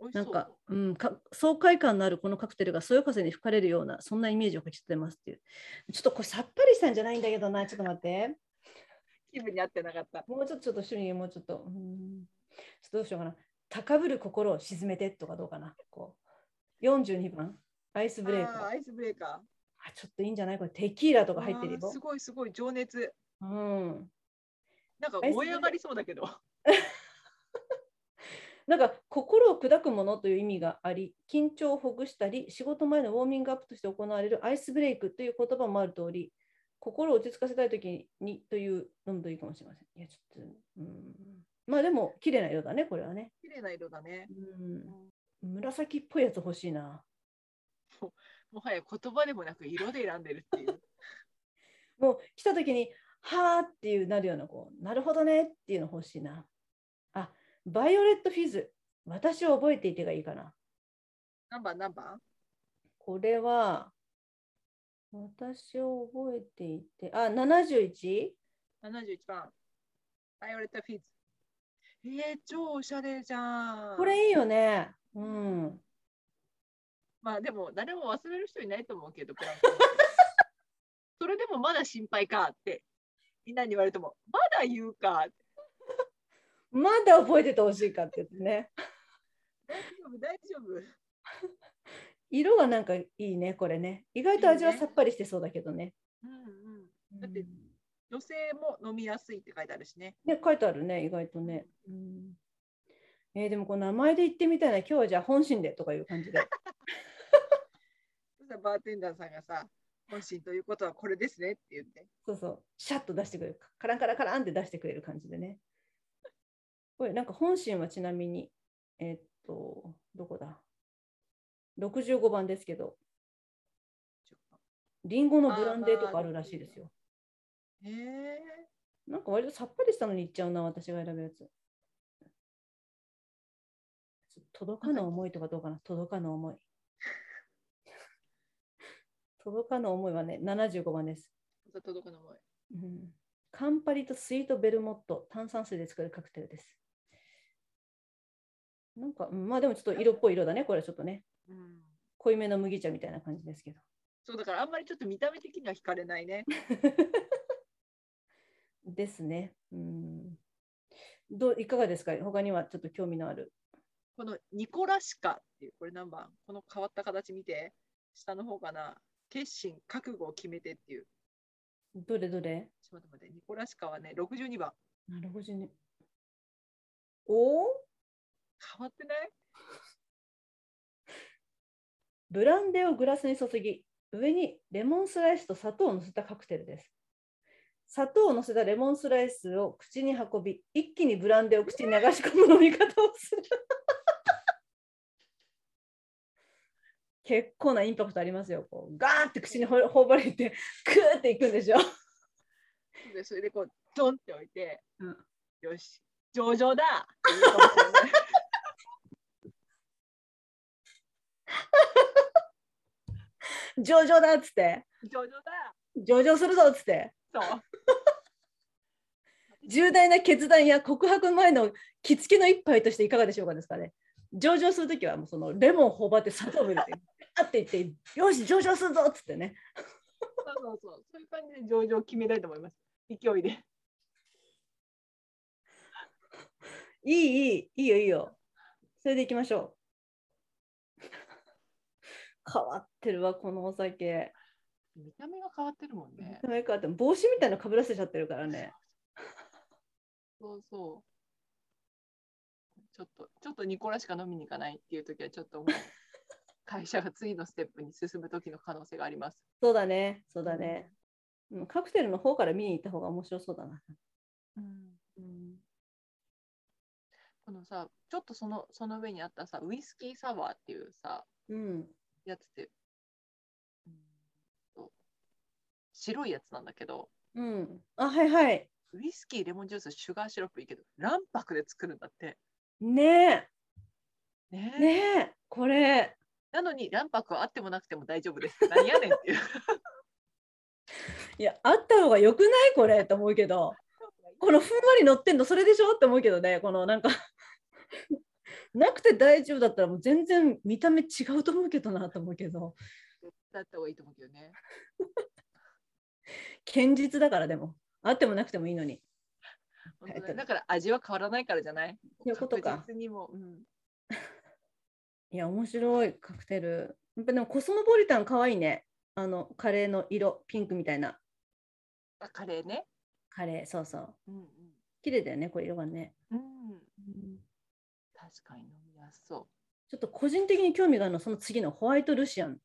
美味し
な
そうん
か、うん、か爽快感のあるこのカクテルがそよ風に吹かれるような、そんなイメージを書き立てますっていう。ちょっとこれさっぱりしたんじゃないんだけどな。ちょっと待って。
気分に合ってなかった。
もうちょっと、ちょっと主任、もうちょっと。うんちょっとどうしようかな。高ぶる心を沈めてとかどうかな。こう42番、アイスブレイカー
あー。アイスブレーカ
あちょっといいんじゃないこれテキーラと
ー。
か入ってる
あー
よ
す。ごいすごい情熱。
うん、
なんか
アイスブ
燃
レ
え
ー
上がりそうだけど。
なんか心を砕くものという意味があり、緊張をほぐしたり、仕事前のウォーミングアップとして行われるアイスブレイクという言葉もある通り、心を落ち着かせたいときにという飲むといいかもしれません。いや、ちょっと、うん、まあでも、綺麗な色だね、これはね。
綺麗な色だね。
うん、紫っぽいやつ欲しいな。
もはや言葉でもなく色で選んでるっていう。
もう来た時に、はーっていうなるような、こう、なるほどねっていうの欲しいな。あ、バイオレットフィズ。私を覚えていてがいいかな。
何番何番
これは、私を覚えていて、あ、71?
71番。バイオレット・フィーズ。えー、超おしゃれじゃん。
これいいよね。うん。
まあでも誰も忘れる人いないと思うけど、ブラン コそれでもまだ心配かってみんなに言われても、まだ言うかって
まだ覚えててほしいかって言ってね。
大丈夫、大丈夫。
色がなんかいいね、これね。意外と味はさっぱりしてそうだけどね。
うんうん、
うん
だって女性も飲みやすいって書いてあるしね。
ね、書いてあるね、意外とね。うんえーでもこう名前で言ってみたいな、今日はじゃあ本心でとかいう感じで。
そしたらバーテンダーさんがさ、本心ということはこれですねって言って。
そうそう、シャッと出してくれる。カランカランカランって出してくれる感じでね。これ、なんか本心はちなみに、えーっと、どこだ ?65 番ですけど、
ちょっ
リンゴのブランデーとかあるらしいですよ。
とへえ。
なんか割とさっぱりしたのにいっちゃうな、私が選ぶやつ。届かぬ思いとかどうかな、届かぬ思い。届かぬ思いはね、75番です。
また届くのも。
うん、カンパリとスイートベルモット、炭酸水で作るカクテルです。なんか、うんまあでもちょっと色っぽい色だね、これちょっとね。
うん。
濃いめの麦茶みたいな感じですけど。
そうだからあんまりちょっと見た目的には惹かれないね。
ですね。うん。どういかがですか他にはちょっと興味のある。
このニコラシカっていう、これ何番この変わった形見て、下の方かな。決心、覚悟を決めてっていう。
どれどれ
ちょっと待って待って、ニコラシカはね、62番。
なるほどね。おー
変わってない
ブランデーをグラスに注ぎ、上にレモンスライスと砂糖をのせたカクテルです。砂糖をのせたレモンスライスを口に運び、一気にブランデーを口に流し込む飲み方をする。 結構なインパクトありますよ。こうガーンって口にほ頬張れて、クーっていくんでしょ。
でそれでこう、ドンって置いて、
うん
よし、上々だって言うかもしれない
上々だっつって、
上々だ
上々するぞっつって、
そう。
重大な決断や告白前の着付けの一杯としていかがでしょうかですかね。上場するときはもうそのレモンを頬張って砂糖を入れて、 あって言って、よし、上場するぞっつってね。
そうそうそう。そういう感じで上場を決めたいと思います。勢いで。
いい、いい、いいよ、いいよ。それでいきましょう。 変わってるわ、このお酒。
見た目が変わってるもんね。
なんかあと帽子みたいなのかぶらせちゃってるからね。
そうそう。ちょっと、ちょっとニコラしか飲みに行かないっていう時は、ちょっともう、会社が次のステップに進む時の可能性があります。
そうだね、そうだね。うん、カクテルの方から見に行った方が面白そうだな。
うん。うん。このさ、ちょっとその、その上にあったさ、ウイスキーサワーっていうさ、
うん。
やつで、うんと白いやつなんだけど、
うん。あ、はいはい。
ウイスキー、レモンジュース、シュガーシロップいいけど、卵白で作るんだって。
ねえ。
ねえ
ねえ、これ、
なのに卵白はあってもなくても大丈夫です。何やねん っていう。
いや、あった方がよくないこれと思うけど、このふんわり乗ってんの、それでしょって思うけどね、このなんか、 なくて大丈夫だったら、もう全然見た目違うと思うけどなと思うけど、
だった方がいいと思うけど ね。
堅実だからでも、あってもなくてもいいのに。
本当だよだから味は変わらないからじゃない
そういうことか
確実にもう、うん。
いや、面白いカクテル。やっぱでもコスモポリタン可愛いね。あの、カレーの色、ピンクみたいな。
あカレーね。
カレー、そうそう。
うんうん。
綺麗だよね、これ色がね。
うん、確かに飲みやすそ
ちょっと個人的に興味があるのはその次のホワイトルシアン。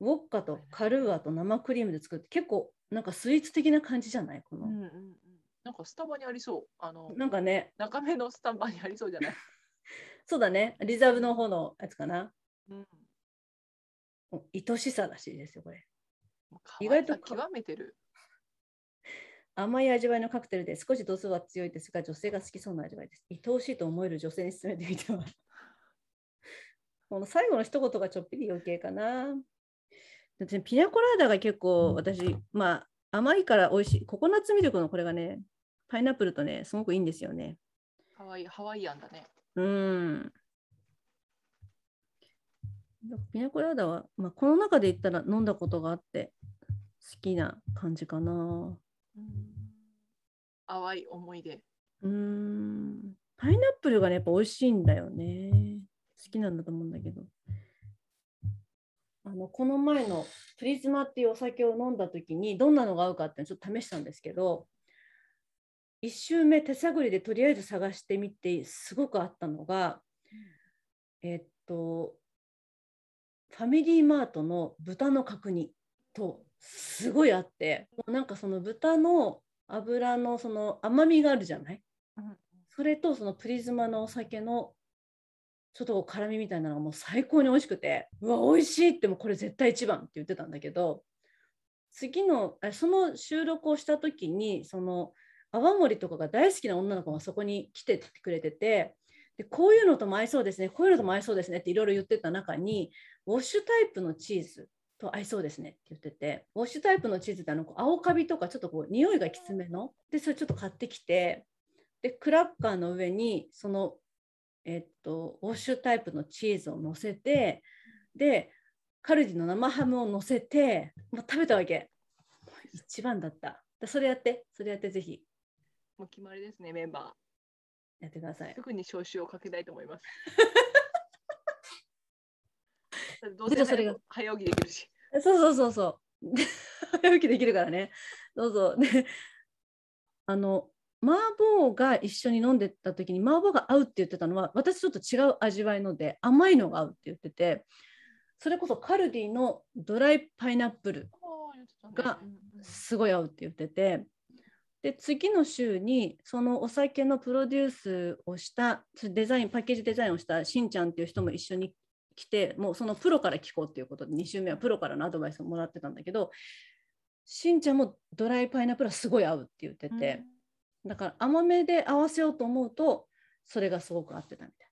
ウォッカとカルーアと生クリームで作って結構なんかスイーツ的な感じじゃないこ
う。
の、
うんうん。なんかスタバにありそう。あの、
なんかね
中目のスタバにありそうじゃない。
そうだねリザーブの方のやつかな
うん。
もう愛しさらしいですよこれ
意
意
外
外
と
と
極めてる。
甘い味わいのカクテルで少し度数は強いですが女性が好きそうな味わいです愛おしいと思える女性に勧めてみては この最後の一言がちょっぴり余計かなだってピニャコラーダが結構私まあ甘いから美味しいココナッツミルクのこれがねパイナップルとねすごくいいんですよね
かわいい、ハワイアンだね。
うんピナコラーダは、まあ、この中で言ったら飲んだことがあって好きな感じかな
淡い思い出。
うんパイナップルがねやっぱ美味しいんだよね好きなんだと思うんだけどあのこの前のプリズマっていうお酒を飲んだ時にどんなのが合うかっていうのをちょっと試したんですけど1周目手探りでとりあえず探してみてすごくあったのがえっとファミリーマートの豚の角煮とすごいあってもうなんかその豚の油のその甘みがあるじゃないそれとそのプリズマのお酒のちょっとこう辛みみたいなのがもう最高に美味しくてうわ美味しいってもうこれ絶対一番って言ってたんだけど次のあその収録をした時にその泡盛とかが大好きな女の子がそこに来てくれててでこういうのとも合いそうですねこういうのとも合いそうですねっていろいろ言ってた中にウォッシュタイプのチーズと合いそうですねって言っててウォッシュタイプのチーズってあのこう青カビとかちょっとこう匂いがきつめのでそれちょっと買ってきてでクラッカーの上にそのえっとウォッシュタイプのチーズを乗せてでカルディの生ハムを乗せて、まあ、食べたわけ一番だっただそれやってそれやってぜひ
もう決まりですね、メンバ
やってください
ー。特に招集をかけたいと思い ます。だってどうせ
それが
早早起きできるし。
そうそうそうそう。 早起きできるからね。どうぞ。で、あの、麻婆が一緒に飲んでた時に、麻婆が合うって言ってたのは、私ちょっと違う味わいので、甘いのが合うって言ってて、それこそカルディのドライパイナップル、がすごい合うって言ってて、で、次の週に、そのお酒のプロデュースをした、デザイン、パッケージデザインをしたしんちゃんっていう人も一緒に来てもうそのプロから聞こうっていうことで2週目はプロからのアドバイスをもらってたんだけどしんちゃんもドライパイナップルはすごい合うって言ってて、だから甘めで合わせようと思うとそれがすごく合ってたみたい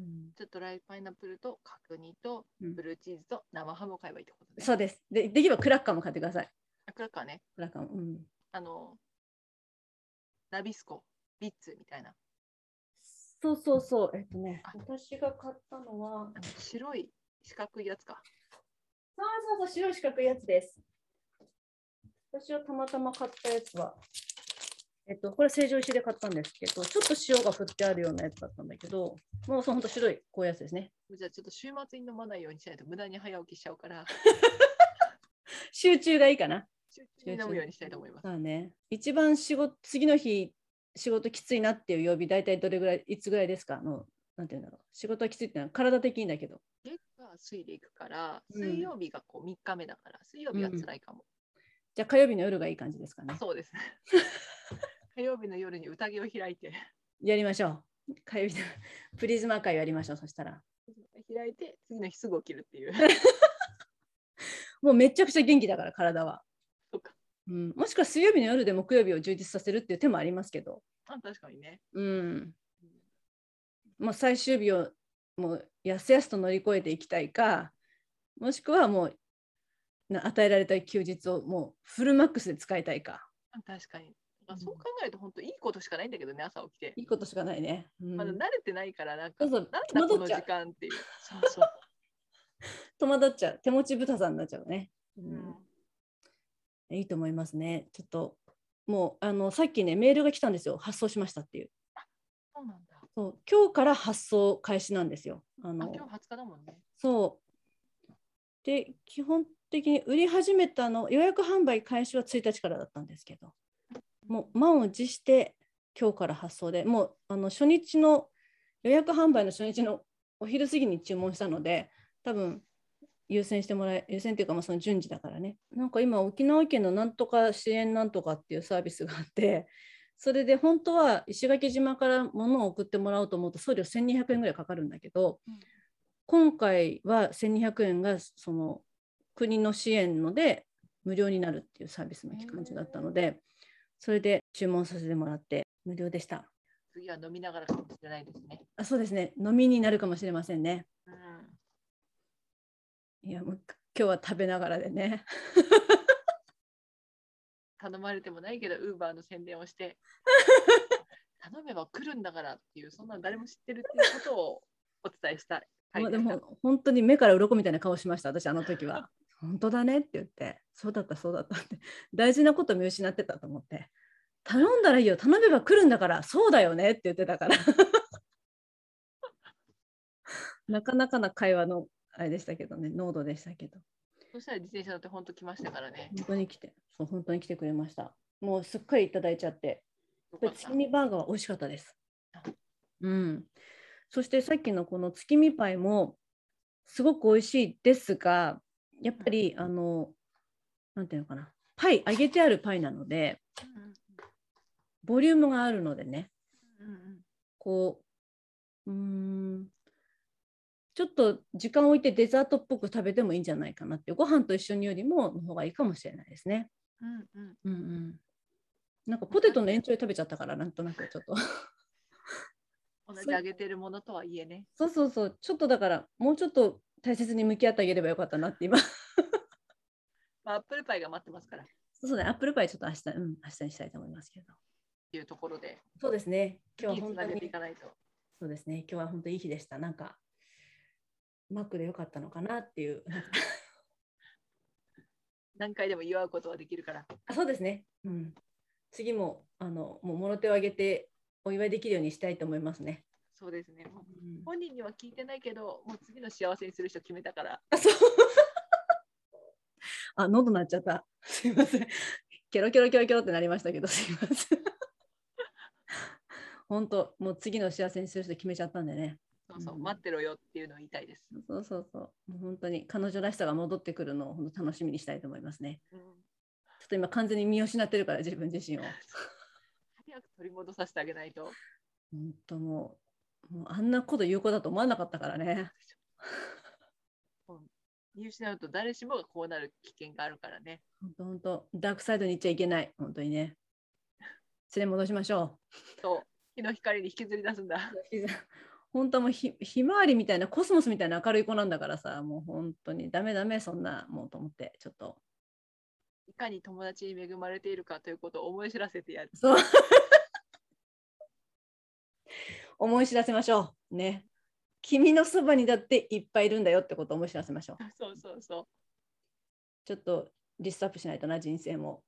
な、
ちょっとライパイナップルと角煮と
うん
ブルーチーズと生ハムを買えばいいってことね。
そうですでできればクラッカーも買ってください
あクラッカーね、
クラッカーも、うん、
あの、ナビスコ、ビッツみたいな、
そうそうそうえっとね
あ
私が買ったのは
あの白い四角いやつか。
そうそうそう、白い四角いやつです。私はたまたま買ったやつは、えっと、これ成城石井で買ったんですけど、ちょっと塩が振ってあるようなやつだったんだけど、もうそのほんと白い、こういうやつですね。
じゃあちょっと週末に飲まないようにしないと無駄に早起きしちゃうから、
集中がいいかな。
週中に飲むようにしたいと思います。
まあね、一番仕事、次の日、仕事きついなっていう曜日、大体どれぐらい、いつぐらいですかあの、なんていうんだろう。仕事はきついってのは体的にだけど。
月火水で行くから、
うん
水曜日がこう3日目だから、水曜日は辛いかも。
じゃあ火曜日の夜がいい感じですかね。
そう ですね。火曜日の夜に宴を開いて、
やりましょう。火曜日のプリズマ会をやりましょう。そしたら。
開いて、次の日すぐ起きるっていう。
もうめちゃくちゃ元気だから、体は。
そうか
うん、もしくは水曜日の夜で木曜日を充実させるっていう手もありますけど、
あ確かにね。
うん、もう最終日をもうやすやすと乗り越えていきたいかもしくはもうな与えられた休日をもうフルマックスで使いたいか
あ確かに。ま
う
あ、
ん
そう考えると本当いいことしかないんだけどね、朝起きて。
いいことしかないね。うん
まだ慣れてないから、なんか、
そうそ
なん
う
だ
戸惑
こ
っ
の
ちゃう
時間っていう。そうそう。
戸惑っちゃう手持ち豚さんになっちゃうね。う
うん
んいいと思いますね。ちょっともうあのさっきねメールが来たんですよ発送しましたっていう
そうなんだ。あ
そう今日から発送開始なんですよ。あの
今日20日だもんね。
そう。で、基本的に売り始めたの、予約販売開始は1日からだったんですけど、もう満を持して、今日から発送で、もうあの初日の、予約販売の初日のお昼過ぎに注文したので、多分優先してもらえ、優先というか、まあその順次だからね、なんか今、沖縄県のなんとか支援なんとかっていうサービスがあって、それで本当は石垣島から物を送ってもらおうと思うと送料1200円ぐらいかかるんだけど、今回は1200円がその国の支援ので無料になるっていうサービスの期間中だったので、それで注文させてもらって無料でした。
次は飲みながらかもしれないですね。
あそうですね、飲みになるかもしれませんね。
うん。
いや、もう今日は食べながらでね。
頼まれてもないけど、ウーバーの宣伝を して、頼めば来るんだからっていう、そんなん誰も知ってるっていうことをお伝えしたい。はい、
まあ、でも本当に目から鱗みたいな顔しました私あの時 は本当だねって言ってそうだったそうだったって大事なこと見失ってたと思って頼んだらいいよ頼めば来るんだからそうだよねって言ってたから なかなかな会話のあれでしたけどね濃度でしたけど
そしたら自転車乗って本当来ましたからね。
本当に来てそう本当に来てくれましたもうすっかりいただいちゃって
よか
やっ
っ
ぱり
た
月見バーガーは美味しかったです
あ。
うん、そしてさっきのこの月見パイもすごく美味しいですがやっぱりあのなんていうのかなパイ揚げてあるパイなのでボリュームがあるのでね
うんうん
こううーんちょっと時間を置いてデザートっぽく食べてもいいんじゃないかなっていうご飯と一緒によりもの方がいいかもしれないですね。
うんうん
うんうん、なんかポテトの延長で食べちゃったからなんとなくちょっと。
同
そう
じあげてるものとはいえね。
そうそうそう、ちょっとだから、もうちょっと大切に向き合ってあげればよかったなって今。そ
まあ、アップルパイが待ってますからっ
うそうね、アップルパイちょっと明日、うん、明日にしたいと思いますけど。
ていうところで、
そうですね、今日
次
は
に
本
つ
当
なげてい
に、
かないと。
そうですね、今日は本当にいい日でした。なんか、マックでよかったのかなっていう。
何回でも祝うことはできるから。
あそうですね、うん。次も、あの、もう、もろ手を挙げて、お祝いできるようにしたいと思いますね。
そうですね。もう
うん
本人には聞いてないけど、もう次の幸せにする人決めたから。
あ、そう。あ、喉鳴っちゃった。すいません。ケロケロケロケロってなりましたけど、すいません。本当、もう次の幸せにする人決めちゃったんでね。
そうそう、
うん
待ってろよっていうのを言いたいです。
そうそうそう。もう本当に彼女らしさが戻ってくるのを本当楽しみにしたいと思いますね。
うん、
ちょっと今完全に見失ってるから、自分自身を。
早く取り戻させてあげないと。
本当もう、もうあんなこと言う子だと思わなかったからね。
見失うと誰しもがこうなる危険があるからね。
本当本当、ダークサイドに行っちゃいけない。本当にね。連れ戻しましょう。
そう、日の光に引きずり出すんだ。
本当はもうひひまわりみたいなコスモスみたいな明るい子なんだからさもう本当にダメダメそんなもうと思ってちょっと
いかに友達に恵まれているかということを思い知らせてやる。
そう思い知らせましょうね君のそばにだっていっぱいいるんだよってことを思い知らせましょう
そうそうそう。
ちょっとリストアップしないとな人生も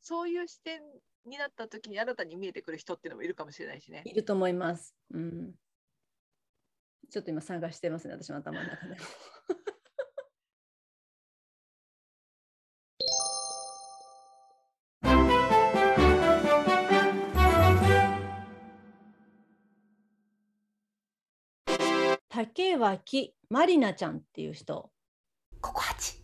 そういう視点になった時に新たに見えてくる人っていうのもいるかもしれないしね。
いると思います、うん、ちょっと今探してますね私の頭の中で竹脇まりなちゃんっていう人
ここ八。